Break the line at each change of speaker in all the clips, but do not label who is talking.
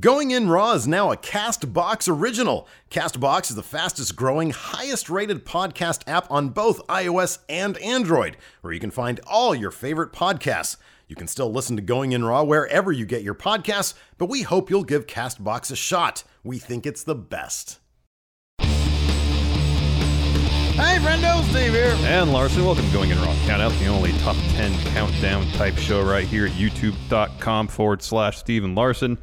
Going In Raw is now a Castbox original. Castbox is the fastest growing, highest rated podcast app on both iOS and Android, where you can find all your favorite podcasts. You can still listen to Going In Raw wherever you get your podcasts, but we hope you'll give Castbox a shot. We think it's the best.
Hey, friendo, Steve here.
And Larson, welcome to Going In Raw Countout, the only top 10 countdown type show right here at youtube.com forward slash Steven Larson.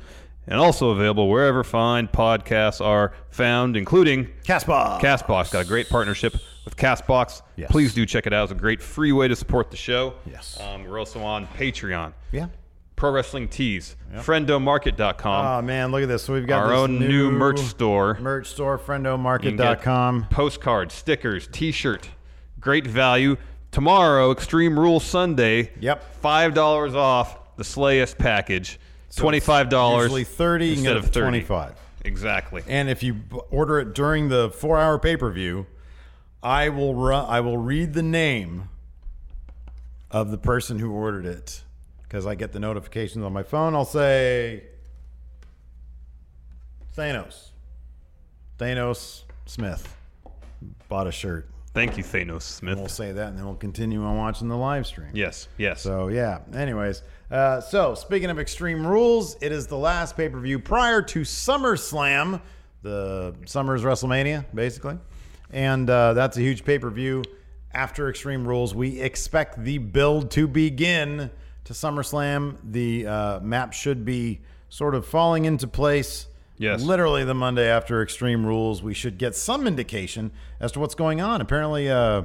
And also available wherever fine podcasts are found, including
Castbox.
Castbox. Got a great partnership with Castbox.
Yes.
Please do check it out. It's a great free way to support the show.
Yes.
Um, we're also on Patreon,
Yeah.
Pro Wrestling Tees, friendomarket.com,
Oh, man, look at this. So we've got
our
this
own new, merch store.
Merch
You
store,
can get
friendomarket.com.
Postcards, stickers, T-shirt, great value. Tomorrow, Extreme Rules Sunday.
Yep.
Five dollars off the Slayest package. Twenty-five dollars.
Usually 30 you can
instead
get it
of
for
30.
25
Exactly.
And if you b- order it during the four hour pay per view, I will ru- I will read the name of the person who ordered it because I get the notifications on my phone. I'll say Thanos. Thanos Smith bought a shirt.
Thank you, Thanos Smith.
We'll say that and then we'll continue on watching the live stream.
yes. Yes.
So yeah. Anyways, uh, so speaking of Extreme Rules, it is the last pay per view prior to SummerSlam, the summer's WrestleMania, basically, and uh, that's a huge pay per view. After Extreme Rules, we expect the build to begin to SummerSlam. The uh, map should be sort of falling into place.
Yes.
Literally the Monday after Extreme Rules, we should get some indication as to what's going on. Apparently, uh,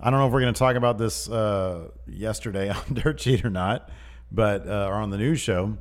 I don't know if we're going to talk about this uh, yesterday on Dirt Sheet or not, but uh, or on the news show.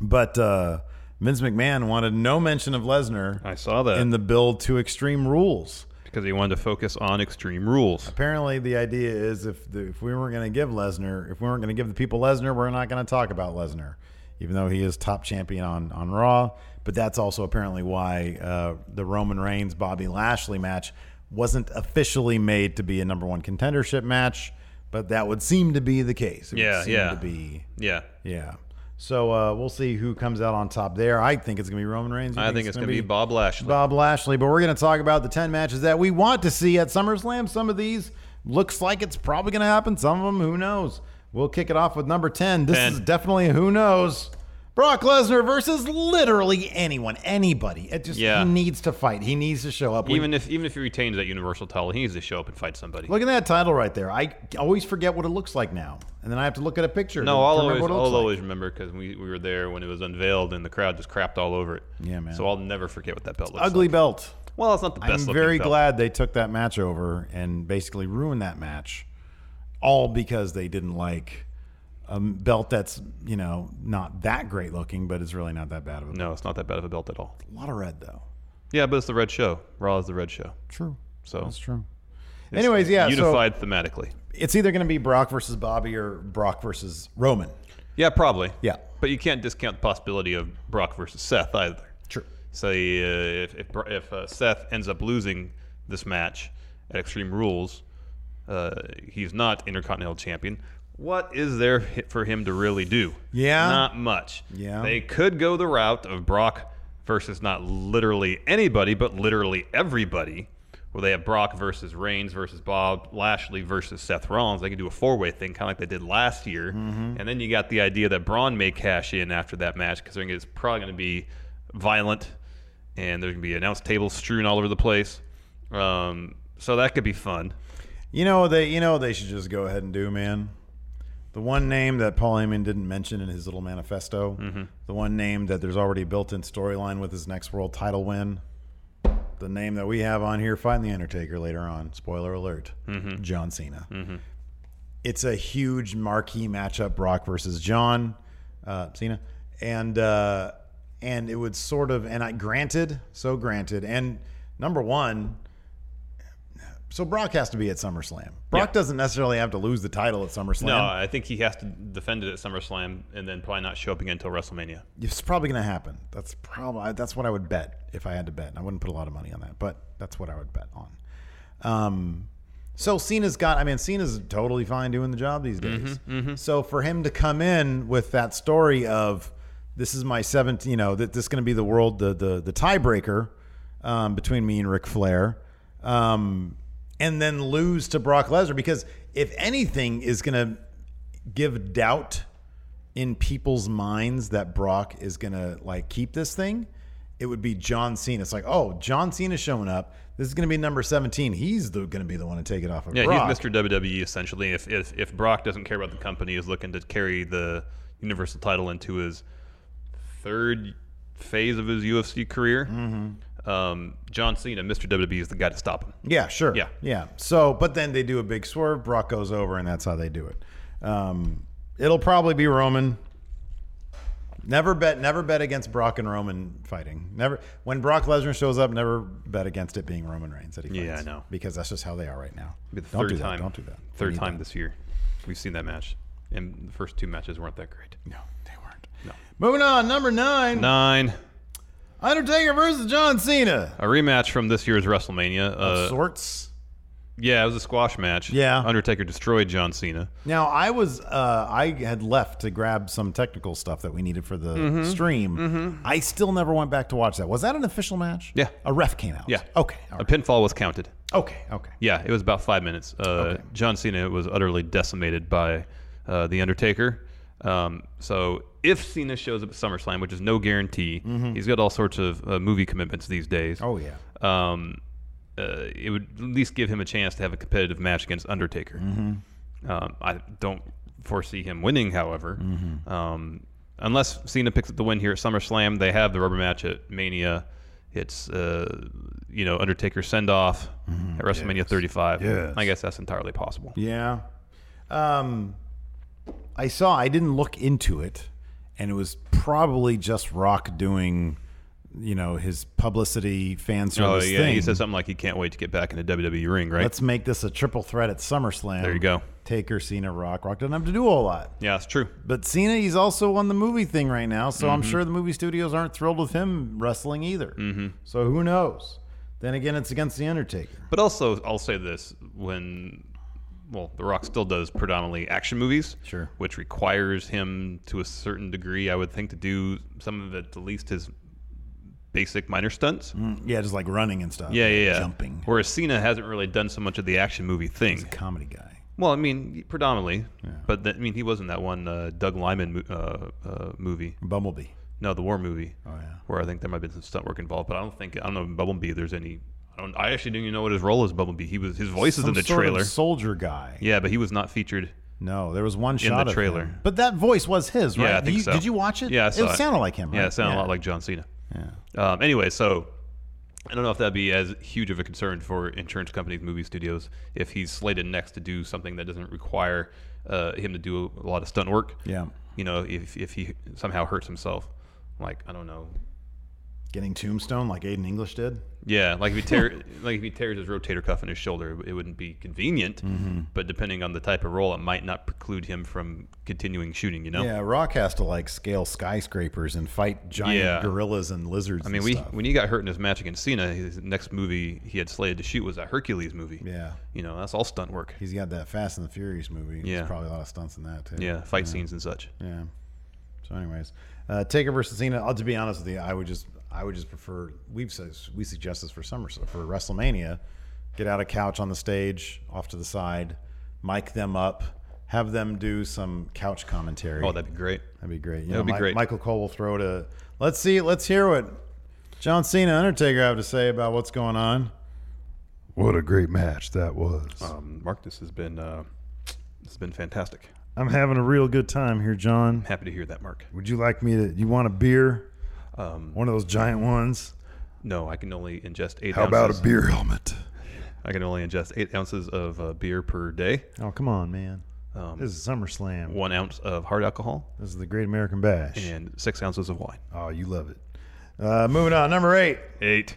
But uh, Vince McMahon wanted no mention of Lesnar.
I saw that.
in the build to Extreme Rules.
because he wanted to focus on Extreme Rules.
Apparently, the idea is if the, if we weren't going to give Lesnar, if we weren't going to give the people Lesnar, we're not going to talk about Lesnar, even though he is top champion on on Raw. But that's also apparently why uh, the Roman Reigns Bobby Lashley match wasn't officially made to be a number one contendership match, but that would seem to be the case. It would
Yeah,
seem
yeah.
To be,
Yeah.
yeah. So uh, we'll see who comes out on top there. I think it's going to be Roman Reigns. You
I think it's going to be Bob Lashley.
Bob Lashley, but we're going to talk about the 10 matches that we want to see at SummerSlam. Some of these looks like it's probably going to happen. Some of them, who knows? We'll kick it off with number 10. This
Ten.
is definitely a who knows. Brock Lesnar versus literally anyone, anybody. It just
Yeah.
he needs to fight. He needs to show up. We-
even if even if he retains that Universal title, he needs to show up and fight somebody.
look at that title right there. I always forget what it looks like now, and then I have to look at a picture.
No,
to
I'll
remember
always,
what it
I'll
looks like.
always remember because we, we were there when it was unveiled and the crowd just crapped all over it.
Yeah, man.
So I'll never forget what that belt looks
ugly
like.
belt.
Well, it's not the
I'm
best. looking
very
belt.
glad they took that match over and basically ruined that match, all because they didn't like a belt that's you know not that great looking, but it's really not that bad of a belt.
No, it's not that bad of a belt at all.
A lot of red though.
Yeah, but it's the red show. Raw is the red show.
True.
So
That's true. Anyways, yeah.
unified thematically.
So it's either going to be Brock versus Bobby or Brock versus Roman.
Yeah, probably.
Yeah.
But you can't discount the possibility of Brock versus Seth either.
True.
So uh, if if, Bro- if uh, Seth ends up losing this match at Extreme Rules, uh, he's not Intercontinental Champion. What is there hi- for him to really do?
Yeah.
Not much.
Yeah.
They could go the route of Brock versus not literally anybody, but literally everybody. Where they have Brock versus Reigns versus Bob Lashley versus Seth Rollins. They could do a four way thing, kind of like they did last year. And then you got the idea that Braun may cash in after that match because it's probably going to be violent and there's going to be announce tables strewn all over the place. Um, so that could be fun.
You know they you know what they should just go ahead and do, man. The one name that Paul Heyman didn't mention in his little manifesto,
Mm-hmm.
the one name that there's already built-in storyline with his next world title win, the name that we have on here, find the Undertaker later on. Spoiler alert:
Mm-hmm.
John Cena. It's a huge marquee matchup: Brock versus John uh, Cena, and uh, and it would sort of and I granted, so granted, and number one, so Brock has to be at SummerSlam. Brock
Yeah.
doesn't necessarily have to lose the title at SummerSlam.
No, I think he has to defend it at SummerSlam and then probably not show up again until WrestleMania.
It's probably going to happen. That's probably that's what I would bet if I had to bet. And I wouldn't put a lot of money on that, but that's what I would bet on. Um, so Cena's got. I mean, Cena's totally fine doing the job these days.
Mm-hmm.
So for him to come in with that story of this is my seventh, you know, that this is going to be the world, the the the tiebreaker um, between me and Ric Flair, um, and then lose to Brock Lesnar because if anything is going to give doubt in people's minds that Brock is gonna like keep this thing, it would be John Cena. It's like, oh, John Cena's showing up. This is gonna be number seventeen. He's the, gonna be the one to take it off of
Yeah,
Brock.
he's Mr. WWE E, essentially. If, if if Brock doesn't care about the company, is looking to carry the Universal title into his third phase of his UFC career.
Mm-hmm.
Um, John Cena, Mr. WWE, E is the guy to stop him.
Yeah, sure.
Yeah.
yeah. So, but then they do a big swerve. Brock goes over, and that's how they do it. Um, it'll probably be Roman. Never bet, never bet against Brock and Roman fighting. Never when Brock Lesnar shows up, never bet against it being Roman Reigns that he fights.
Yeah, I know.
because that's just how they are right now.
It'll be the
don't
third
do that.
time.
Don't do that. We
Third
need
time
that.
this year. We've seen that match, and the first two matches weren't that great.
No, they weren't. No. Moving on, number nine,
Nine,
Undertaker versus John Cena.
a rematch from this year's WrestleMania. Uh,
sorts.
yeah, it was a squash match.
Yeah.
Undertaker destroyed John Cena.
Now I was uh, I had left to grab some technical stuff that we needed for the
Mm-hmm.
stream. I still never went back to watch that. Was that an official match?
Yeah.
A ref came out.
Yeah.
Okay.
A
all right.
pinfall was counted.
Okay. Okay.
Yeah, it was about five minutes. Uh, John Cena was utterly decimated by uh, The Undertaker. Um, so if Cena shows up at SummerSlam, which is no guarantee, he's got all sorts of uh, movie commitments these days.
Oh yeah.
Um, uh, it would at least give him a chance to have a competitive match against Undertaker.
Mm-hmm.
Um, I don't foresee him winning, however.
Mm-hmm.
Um, unless Cena picks up the win here at SummerSlam, they have the rubber match at Mania. It's uh, you know Undertaker send off at WrestleMania 35.
Mm-hmm. Yes.
I guess that's entirely possible.
Yeah. Um, I saw. I didn't look into it, and it was probably just Rock doing, you know, his publicity fan
Oh
service
yeah,
thing.
he said something like he can't wait to get back in the WWE ring, right?
Let's make this a triple threat at SummerSlam.
There you go.
Taker, Cena, Rock. Rock doesn't have to do a whole lot.
yeah, that's true.
But Cena, he's also on the movie thing right now, so
Mm-hmm.
I'm sure the movie studios aren't thrilled with him wrestling either. Mm-hmm. So who knows? Then again, it's against The Undertaker.
But also, I'll say this: when, well, The Rock still does predominantly action movies,
Sure.
which requires him to a certain degree, I would think, to do some of it, at least his basic minor stunts.
Yeah, just like running and stuff.
Yeah, yeah, yeah.
Mm. Jumping.
Whereas Cena hasn't really done so much of the action movie thing.
Comedy guy.
Well, I mean, predominantly, but th- I mean, he wasn't that one uh, Doug Lyman mo- uh, uh, movie.
Bumblebee.
No, the war movie. Oh
yeah.
Where I think there might have been some stunt work involved, but I don't think I don't know in Bumblebee. There's any. I don't. I actually didn't even know what his role is. Bumblebee. He was his voice is in
Some
the
sort of
trailer.
soldier guy.
Yeah, but he was not featured.
No, there was one shot of him.
trailer.
But that voice was his, right?
Yeah, I think
you,
so.
Did you watch it?
Yeah, I saw
it sounded like him. Right?
Yeah, it sounded a lot like John Cena. Yeah. Um, anyway, so I don't know if that'd be as huge of a concern for insurance companies, movie studios, if he's slated next to do something that doesn't require uh, him to do a lot of stunt work.
Yeah.
You know, if if he somehow hurts himself, like I don't know.
Getting Tombstone like Aiden English did.
Yeah, like if he tear, like if he tears his rotator cuff in his shoulder, it wouldn't be convenient.
Mm-hmm.
But depending on the type of role, it might not preclude him from continuing shooting. You know.
Yeah, Rock has to like scale skyscrapers and fight giant
Yeah.
gorillas and lizards.
I mean, we, when he got hurt in his match against Cena, his next movie he had slated to shoot was that Hercules movie.
Yeah.
You know, that's all stunt work.
He's got that Fast and the Furious movie.
Yeah.
There's probably a lot of stunts in that too.
yeah, fight scenes and such.
Yeah. So, anyways, uh, Taker versus Cena. I'll, to be honest with you, I would just, I would just prefer. We've sus- we suggest this for Summer for WrestleMania. Get out of couch on the stage, off to the side, mic them up, have them do some couch commentary.
Oh, that'd be great.
That'd be great. You
That'd be great.
Michael Cole will throw to. Let's see. Let's hear what John Cena and Undertaker have to say about what's going on. What a great match that was.
Um, Mark, this has been uh, this has been fantastic.
I'm having a real good time here, John.
I'm happy to hear that, Mark.
Would you like me to? You want a beer? One of those giant ones.
No, I can only ingest eight.
How about
ounces.
a beer helmet?
I can only ingest eight ounces of uh, beer per day.
Oh, come on, man. This is SummerSlam.
one ounce of hard alcohol
This is the Great American Bash.
and six ounces of wine.
Oh, you love it. Uh, moving on, number eight,
Eight.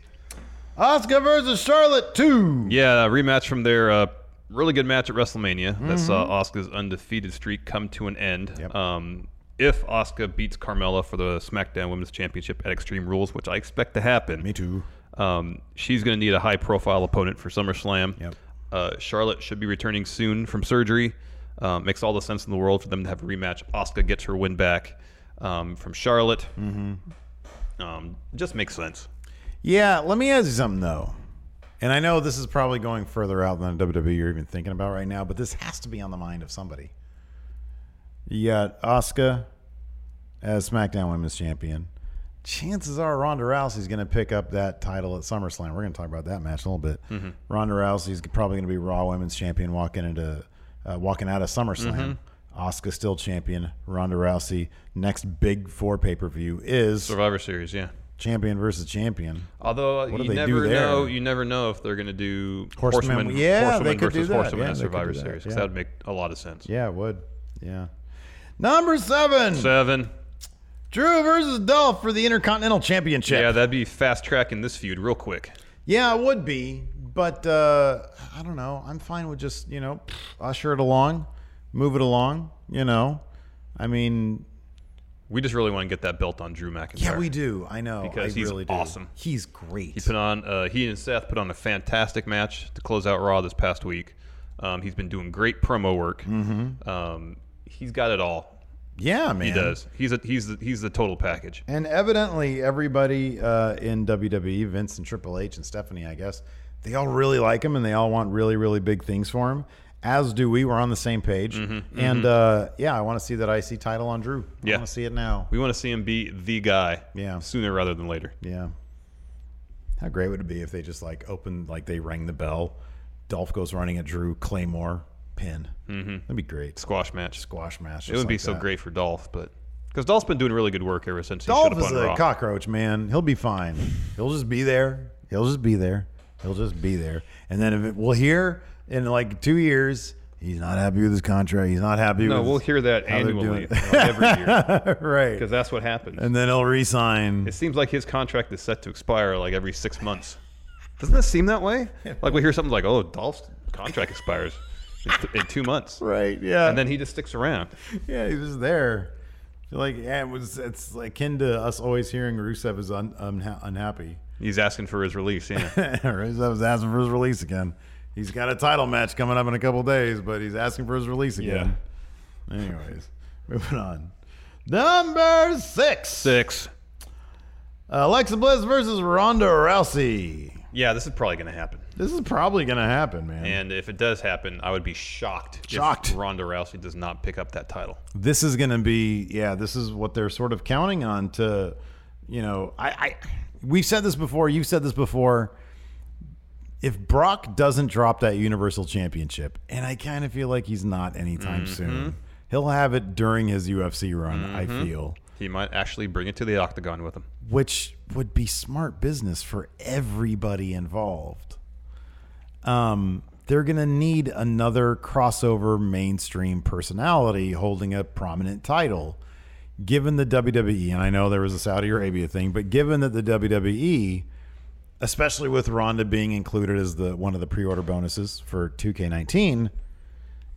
Oscar versus Charlotte two.
Yeah, a rematch from their uh, really good match at WrestleMania that saw
Mm-hmm.
Oscar's undefeated streak come to an end. Um, if Oscar beats Carmella for the SmackDown Women's Championship at Extreme Rules, which I expect to happen,
Me too.
um, she's going to need a high-profile opponent for SummerSlam.
Yep.
Uh, Charlotte should be returning soon from surgery. Um, makes all the sense in the world for them to have a rematch. Oscar gets her win back um, from Charlotte. Mm-hmm. Um, just makes sense.
Yeah, let me ask you something though. And I know this is probably going further out than WWE you're even thinking about right now, but this has to be on the mind of somebody. You got Oscar as SmackDown Women's Champion. Chances are Ronda Rousey's going to pick up that title at SummerSlam. We're going to talk about that match in a little bit. Ronda Rousey's probably going to be Raw Women's Champion walking into uh, walking out of SummerSlam. Oscar still champion. Ronda Rousey next big four pay per view is
Survivor Series, yeah.
champion versus champion.
Although
What do
you
they do
never
there?
know, you never know if they're going to do
Horsemen-
horsemen,
yeah, they
horsemen
could do
versus
that.
horsemen
Yeah,
at
they could
Survivor
do that,
Series 'cause
yeah.
that would make a lot of sense.
Yeah, it would. Yeah. Number seven,
Seven.
Drew versus Dolph for the Intercontinental Championship.
Yeah, that'd be fast tracking this feud real quick.
Yeah, it would be, but uh, I don't know. I'm fine with just you know usher it along, move it along. You know, I mean,
We just really want to get that belt on Drew McIntyre.
yeah, we do. I know.
Because
I
he's
really do.
awesome.
He's great.
He put on uh, he and Seth put on a fantastic match to close out Raw this past week. Um, he's been doing great promo work. Mm-hmm. Um, he's got it all.
yeah, man.
He does. He's a, he's the, he's the total package.
And evidently, everybody uh, in WWE, Vince and Triple H and Stephanie, I guess, they all really like him and they all want really, really big things for him. As do we. We're on the same page.
Mm-hmm,
And uh, yeah, I want to see that IC title on Drew. I
Yeah.
want to see it now.
We want to see him be the guy.
Yeah.
Sooner rather than later.
Yeah. How great would it be if they just like opened, like they rang the bell? Dolph goes running at Drew, Claymore, pin. Mm-hmm. That'd be great.
Squash match.
Squash match. just
It wouldn't be
like
so
that.
great for Dolph, but because Dolph's been doing really good work ever since he showed
Dolph
up
is
on
a
Raw.
cockroach, man. He'll be fine. He'll just be there. He'll just be there. He'll just be there. And then if it, we'll hear in like two years, he's not happy with his contract. He's not happy.
no,
with
we'll hear that
how they're
annually
doing-
uh, every year
right.
because that's what happens.
And then he'll resign.
it seems like his contract is set to expire like every six months. Doesn't that seem that way? Like we hear something like, "Oh, Dolph's contract expires in, th- in two months,"
right. Yeah.
and then he just sticks around.
yeah, he's just there. I feel like yeah, it was. It's like akin to us always hearing Rusev is un, unha- unhappy.
He's asking for his release. Yeah,
Rusev is asking for his release again. He's got a title match coming up in a couple days, but he's asking for his release again. Anyways, moving on. Number six.
six.
Alexa Bliss versus Ronda Rousey.
Yeah, this is probably going to happen.
This is probably going to happen, man.
And if it does happen, I would be shocked. if
Shocked.
Ronda Rousey does not pick up that title.
this is going to be, yeah, this is what they're sort of counting on to, you know, I, I, we've said this before, you've said this before. If Brock doesn't drop that Universal Championship, and I kind of feel like he's not anytime soon, he'll have it during his UFC run, I feel
He might actually bring it to the octagon with him.
which would be smart business for everybody involved. Um, they're going to need another crossover mainstream personality holding a prominent title. Given the WWE, and I know there was a Saudi Arabia thing, but given that the E WWE, especially with Ronda being included as the one of the pre-order bonuses for 2K19,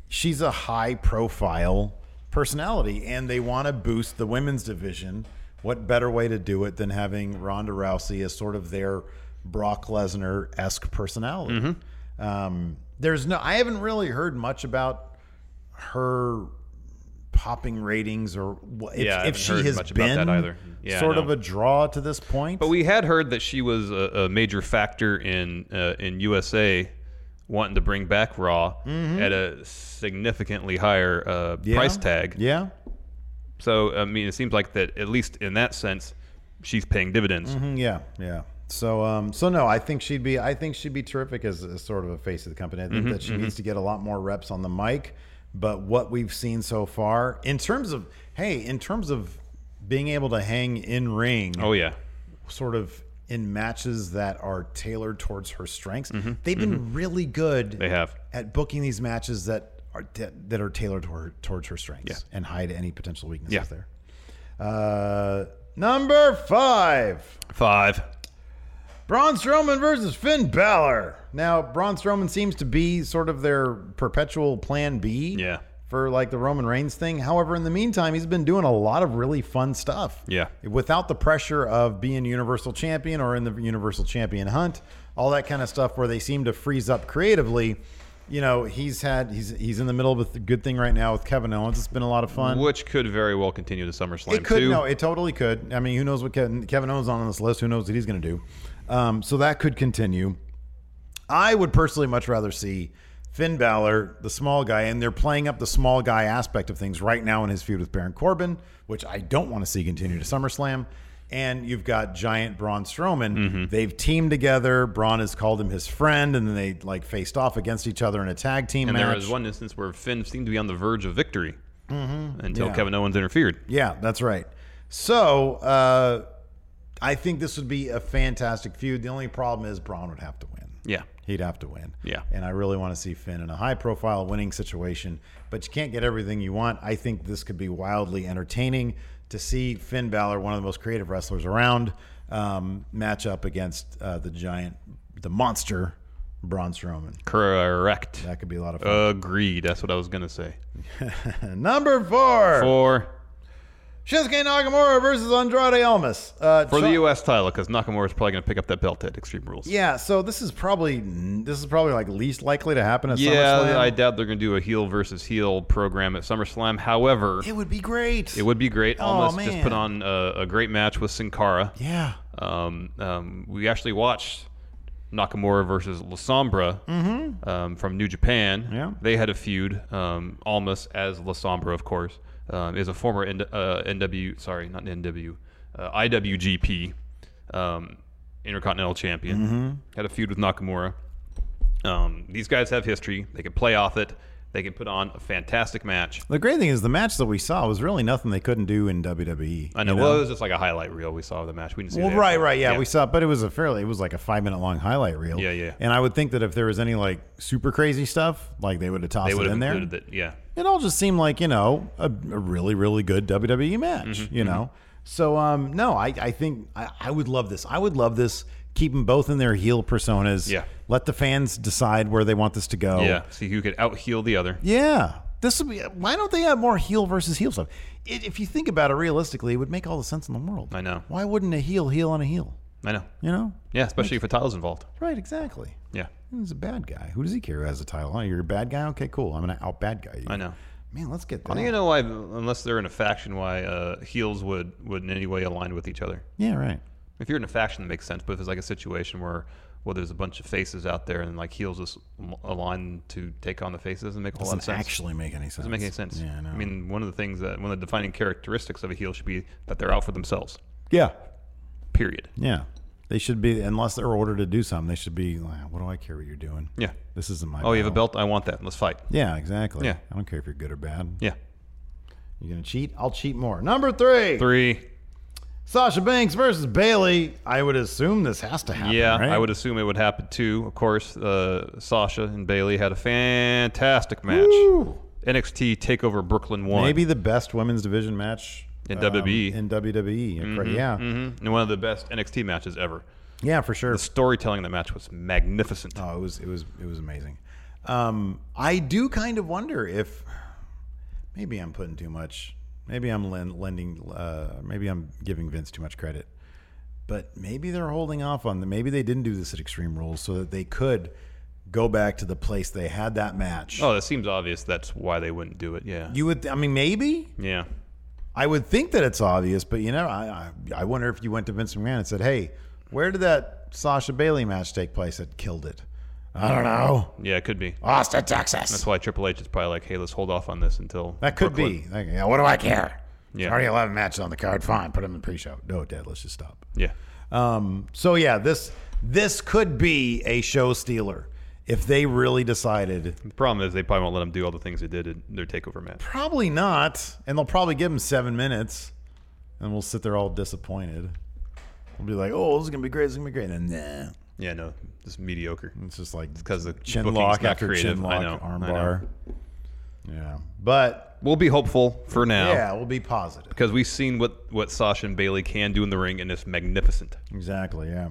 she's a high profile personality and they want to boost the women's division. What better way to do it than having Ronda Rousey as sort of their Brock Lesnar esque personality?
Mm-hmm.
Um, there's no, I haven't really heard much about her popping ratings or wh- if,
Yeah, I
if
haven't
she
heard
has
much about
been
that either. Yeah, I
sort of
know.
a draw to this point.
But we had heard that she was a, a major factor in uh, in USA wanting to bring back Raw at a significantly higher uh,
Mm-hmm. Yeah.
price tag.
yeah,
So I mean, it seems like that at least in that sense, she's paying dividends.
Mm, Yeah, yeah. So, um, so no, I think she'd be, I think she'd be terrific as, as sort of a face of the company. I think
Mm-hmm,
that she needs to get a lot more reps on the mic. But what we've seen so far, in terms of, hey, in terms of being able to hang in ring,
Oh yeah,
sort of in matches that are tailored towards her strengths, they've been really good
Mm-hmm, they have.
at booking these matches that are that, that are tailored toward, towards her strengths
Yeah.
and hide any potential weaknesses
Yeah.
there. Uh, number five.
Five.
Braun Strowman versus Finn Balor. Now, Braun Strowman seems to be sort of their perpetual plan B
Yeah.
for like the Roman Reigns thing. However, in the meantime, he's been doing a lot of really fun stuff.
Yeah.
Without the pressure of being Universal Champion or in the Universal Champion hunt, all that kind of stuff where they seem to freeze up creatively. You know, he's had he's he's in the middle of a good thing right now with Kevin Owens. It's been a lot of fun.
Which could very well continue to SummerSlam
It could
too.
no, it totally could. I mean, who knows what Kevin, Kevin Owens on this list? Who knows what he's going to do? Um, so that could continue. I would personally much rather see Finn Balor, the small guy, and they're playing up the small guy aspect of things right now in his feud with Baron Corbin, which I don't want to see continue to SummerSlam. And you've got giant Braun Strowman. They've teamed together. Braun has called him his friend, and then they like faced off against each other in a tag team
and
match.
there was one instance where Finn seemed to be on the verge of victory until
Mm-hmm. Yeah.
Kevin Owens interfered.
Yeah, that's right. So uh, I think this would be a fantastic feud. The only problem is Braun would have to win.
Yeah.
He'd have to win.
Yeah.
And I really want to see Finn in a high profile winning situation, but you can't get everything you want. I think this could be wildly entertaining to see Finn Balor, one of the most creative wrestlers around, um, match up against uh, the giant, the monster, Braun Strowman.
Correct.
That could be a lot of
Uh,
fun.
Agreed. That's what I was gonna say.
Number four,
Four
Shinsuke Nakamura versus Andrade Almas. Uh,
for the
Cha-
U.S. title because Nakamura is probably gonna pick up that belt at Extreme Rules.
Yeah, so this is probably this is probably like least likely to happen at SummerSlam.
Yeah, I doubt they're going to do a heel versus heel program at SummerSlam. However,
it would be great.
it would be great.
Oh,
Almost just put on
man.
a, a great match with Sin Cara.
Yeah.
Um, um, we actually watched Nakamura versus La Sombra um, from New Japan.
Mm-hmm. Yeah.
They had a feud. Um, Almas as La Sombra, of course, um, is a former N- uh, NW, sorry, not NW, uh, IWGP um, Intercontinental Champion.
Mm-hmm.
Had a feud with Nakamura. Um, these guys have history. They can play off it. They can put on a fantastic match.
The great thing is the match that we saw was really nothing they couldn't do in WWE.
I know. Well, it was just like a highlight reel we saw of the match. We didn't see
Well,
the
right,
actual-
right, yeah, we saw, it, but it was a fairly, it was like a five minute long highlight reel.
Yeah, yeah.
And I would think that if there was any like super crazy stuff, like they would have tossed
They would
it
have
in there.
included it. Yeah.
it all just seemed like you know a, a really really good WWE match,
Mm-hmm,
you know. So um, no, I I think I, I would love this. I would love this. Keep them both in their heel personas.
Yeah.
Let the fans decide where they want this to go.
Yeah. Oh, See who could out heal the other.
Yeah. This would be. Why don't they have more heel versus heel stuff? It, if you think about it realistically, it would make all the sense in the world.
I know.
Why wouldn't a heel heel on a heel?
I know.
You know.
Yeah, especially if a title's involved.
Right. Exactly.
Yeah.
He's a bad guy. Who does he care who has a title? Huh? You're a bad guy. Okay. Cool. I'm an out bad guy.
I know.
Man, let's get
I
that.
don't even know why, unless they're in a faction, why uh, heels would, would in any way align with each other.
Yeah. Right.
If you're in a faction, that makes sense. But if it's like a situation where, well, there's a bunch of faces out there and like heels just m- align to take on the faces, doesn't make a whole lot of
Doesn't
sense.
actually make any sense.
doesn't make any sense.
Yeah. No.
I mean, one of the things that, one of the defining characteristics of a heel should be that they're out for themselves,
Yeah.
period.
Yeah. They should be unless they're ordered to do something. They should be like, "What do I care what you're doing?
Yeah.
This isn't my.
Oh, you have a
battle."
belt? I want that. Let's fight.
Yeah, exactly.
Yeah.
I don't care if you're good or bad.
Yeah.
You're gonna cheat? I'll cheat more. Number three.
Three.
Sasha Banks versus Bailey. I would assume this has to happen.
Yeah,
right?
I would assume it would happen too. Of course, uh, Sasha and Bailey had a fantastic match. NXT Takeover Brooklyn won.
Maybe the best women's division match um,
In E. WWE.
In WWE,
Mm-hmm.
yeah,
and one of the best NXT matches ever.
yeah, for sure.
The storytelling in the match was magnificent.
Oh, it was it was it was amazing. Um, I do kind of wonder if maybe I'm putting too much. Maybe I'm lend, lending. Uh, maybe I'm giving Vince too much credit. But maybe they're holding off on the. Maybe they didn't do this at Extreme Rules so that they could go back to the place they had that match.
Oh, that seems obvious. That's why they wouldn't do it. Yeah.
You would. I mean, maybe.
yeah.
I would think that it's obvious, but you know, I I, I wonder if you went to Vince McMahon and said, "Hey, where did that Sasha Bailey match take place that killed it?" I don't know.
Yeah, it could be.
Austin, Texas.
That's why Triple H is probably like, hey, let's hold off on this until.
That could be. Like, yeah, what do I care?
Yeah.
There's already 11 matches on the card. Fine, put them in pre-show. No, Dad, let's just stop.
Yeah.
Um, so yeah, this this could be a show stealer if they really decided.
The problem is they probably won't let them do all the things they did in their Takeover match.
Probably not, and they'll probably give them seven minutes, and we'll sit there all disappointed. We'll be like, "Oh, this is gonna be great. This is gonna be great." And nah,
Yeah, no, just mediocre.
it's just like
Because the
chin
booking's
lock
not
after
creative.
chin
I know,
lock
I know.
armbar. Yeah. But
We'll be hopeful for now.
yeah, we'll be positive.
Because we've seen what, what Sasha and Bailey can do in the ring, and it's magnificent.
Oh, Exactly, yeah.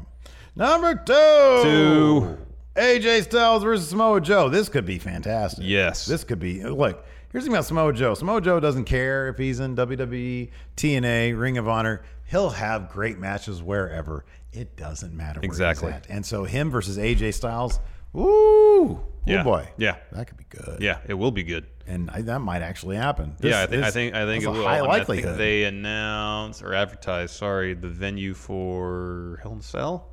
Number two.
Two.
AJ Styles versus Samoa Joe. This could be fantastic.
Yes.
This could be look, here's the thing about Samoa Joe. Samoa Joe doesn't care if he's in E, WWE, TNA, Ring of Honor. He'll have great matches wherever. It doesn't matter where he's
Exactly.
at. And so him versus AJ Styles, ooh,
Yeah.
oh boy.
Yeah.
That could be good.
Yeah, it will be good.
And I, that might actually happen.
yeah, I,
This-
think I
this-
think I think it
that's
will.
a high
and I
likelihood.
think they announce or advertise, sorry, the venue for Hell in a Cell.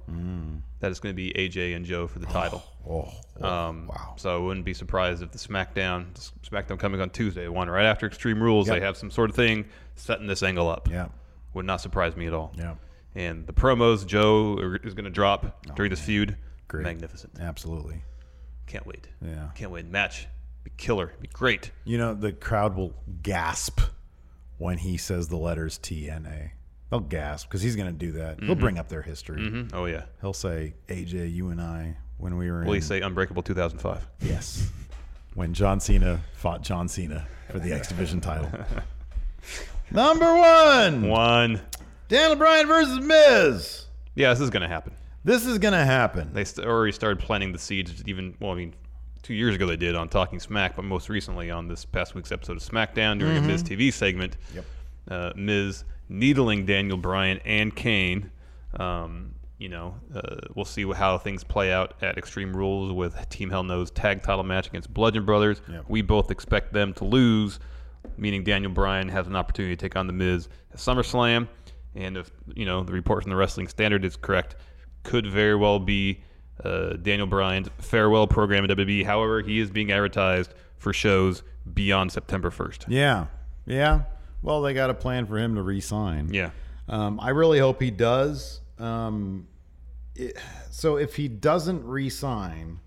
That it's going to be AJ and Joe for the title.
Mm. oh,
Um, So I wouldn't be surprised if the SmackDown, SmackDown coming on Tuesday, the one right after Extreme Rules,
Yep.
they have some sort of thing setting this angle up.
Yeah.
Would not surprise me at all.
Yeah.
And the promos Joe are- is going to drop during this feud.
Oh, Great.
Magnificent.
Absolutely.
Can't wait.
Yeah.
Can't wait. Match. Be killer. Be great.
You know, the crowd will gasp when he says the letters TNA. They'll gasp because he's going to do that. He'll
Mm-hmm.
bring up their history.
Mm, Oh, yeah.
He'll say, AJ, you and I, when we were
Will he
in.
say Unbreakable 2005?
yes. When John Cena fought John Cena for the X Division title. Number one
One.
Daniel Bryan versus Miz.
Yeah, this is going to happen.
This is going to happen.
They st- already started planting the seeds, even, well, I mean, two years ago they did on Talking Smack, but most recently on this past week's episode of SmackDown during a Miz TV segment. Yep. Uh, Miz needling Daniel Bryan and Kane. Um, you know, uh, we'll see wh- how things play out at Extreme Rules with Team Hell Knows tag title match against Bludgeon Brothers. We both expect them to lose, meaning Daniel Bryan has an opportunity to take on The Miz at SummerSlam. And if, you know, the report from the Wrestling Standard is correct, could very well be uh, Daniel Bryan's farewell program at WWE. E. However, he is being advertised for shows beyond September 1st.
yeah. Yeah. Well, they got a plan for him to re sign.
Yeah.
Um, I really hope he does. Um, it- so if he doesn't re-sign,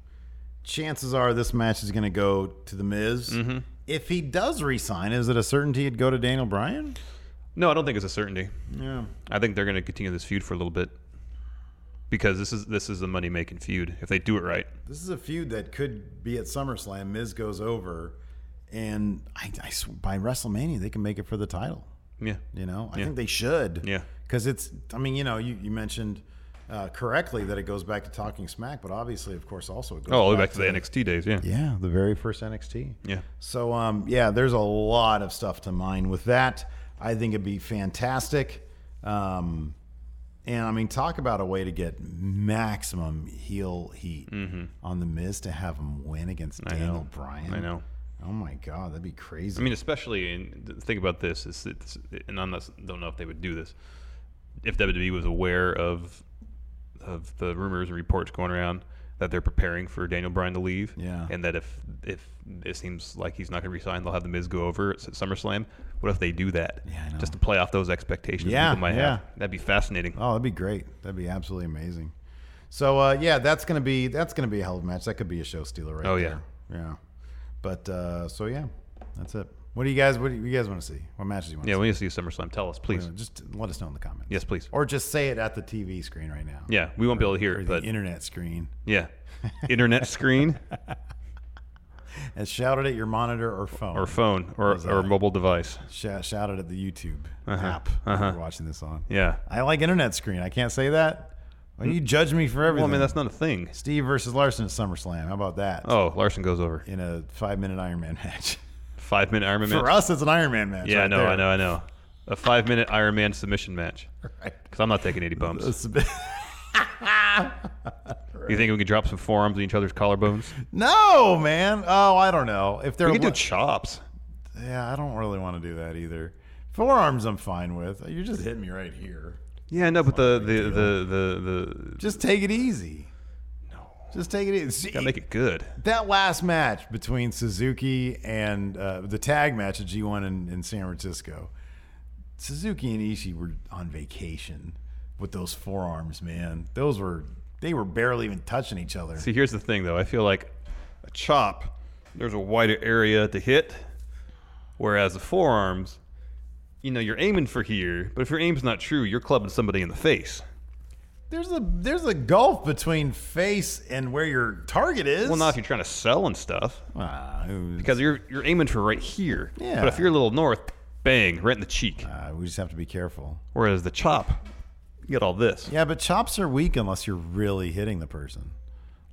chances are this match is going to go to the Miz.
Mm-hmm.
If he does re-sign, is it a certainty it'd go to Daniel Bryan?
No, I don't think it's a certainty.
Yeah.
I think they're going to continue this feud for a little bit because this is this is a money making feud if they do it right.
This is a feud that could be at SummerSlam. Miz goes over, and I, I sw- by WrestleMania they can make it for the title.
Yeah.
You know, I think they should.
Yeah.
Because it's, I mean, you know, you, you mentioned uh, correctly that it goes back to Talking Smack, but obviously, of course, also it goes
Oh, all the way back to the NXT days. Yeah.
Yeah, the very first NXT.
Yeah.
So um, yeah, there's a lot of stuff to mine with that. I think it'd be fantastic. Um, and I mean, talk about a way to get maximum heel heat on the Miz to have him win against Daniel Bryan.
Mm-hmm. I know.
Oh my God, that'd be crazy.
I mean, especially in th- think about this. It's, it's, and I don't know if they would do this if WWE was aware of of the rumors and reports going around that they're preparing for Daniel Bryan to leave.
Yeah.
And that if if it seems like he's not going to resign, they'll have the Miz go over at SummerSlam. What if they do that?
Yeah, I know.
Just to play off those expectations
Yeah,
people might
yeah.
have. That'd be fascinating.
Oh, that'd be great. That'd be absolutely amazing. So uh, yeah, that's gonna be that's gonna be a hell of a match. That could be a show stealer, right?
Oh, yeah.
there. yeah. But uh, so yeah, that's it. What do you guys? What do you guys want to see? What matches do you want?
yeah,
to
we need to see SummerSlam. Tell us, please.
see? Just let us know in the comments.
Yes, please.
Or just say it at the TV screen right now.
yeah, we won't be able to hear
Or
it,
the
but
internet screen.
yeah, internet screen
And shout it at your monitor or phone.
or phone or, or mobile device.
Shout, shout it at the YouTube app that you're watching this on.
Uh-huh. Yeah. Mm.
I like internet screen. I can't say that. Well, you judge me for
Well,
everything.
I mean, that's not a thing.
Steve versus Larson at SummerSlam. How about that?
Oh, Larson goes over.
in a five minute Iron Man match.
Five minute Iron Man
For
match.
us, it's an Iron Man match.
Yeah,
right
I know,
there.
I know, I know. A five minute Iron Man submission match.
Right.
Because I'm not taking any bumps.
It's a bit-
You think we could drop some forearms in each other's collarbones?
no, man. Oh, I don't know if they're.
we could do chops.
yeah, I don't really want to do that either. Forearms, I'm fine with. You're just hitting me right here.
Yeah, no, but the the, the the the
Just take it easy. No. Just take it easy. See,
gotta make it good.
that last match between Suzuki and uh, the tag match at G1 in, in San Francisco, Suzuki and Ishii were on vacation with those forearms, man. Those were they were barely even touching each other.
See, here's the thing though. I feel like a chop, there's a wider area to hit, whereas the forearms, you know, you're aiming for here, but if your aim's not true, you're clubbing somebody in the face.
There's a there's a gulf between face and where your target is.
Well, not if you're trying to sell and stuff,
Ah, who-
because you're you're aiming for right here.
Yeah.
But if you're a little north, bang, right in the cheek.
Ah, we just have to be careful.
Whereas the chop, you get all this.
Yeah, but chops are weak unless you're really hitting the person,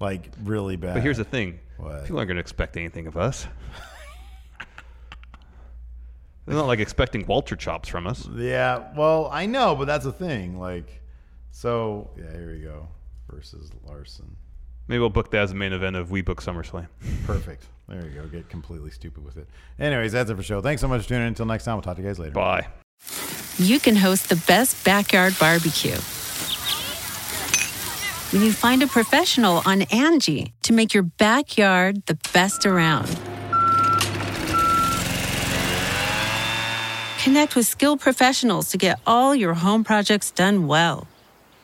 like really bad.
But here's the thing:
What?
people aren't going to expect anything of us. They're not like expecting Walter chops from us.
Yeah, well, I know, but that's the thing. Like, so yeah, here we go. Versus Larson.
Maybe we'll book that as a main event of We Book SummerSlam.
Perfect. There you go. Get completely stupid with it. Anyways, that's it for show. Thanks so much for tuning in. Until next time, we'll talk to you guys later.
Bye.
you can host the best backyard barbecue. When you find a professional on Angie to make your backyard the best around. Connect with skilled professionals to get all your home projects done well.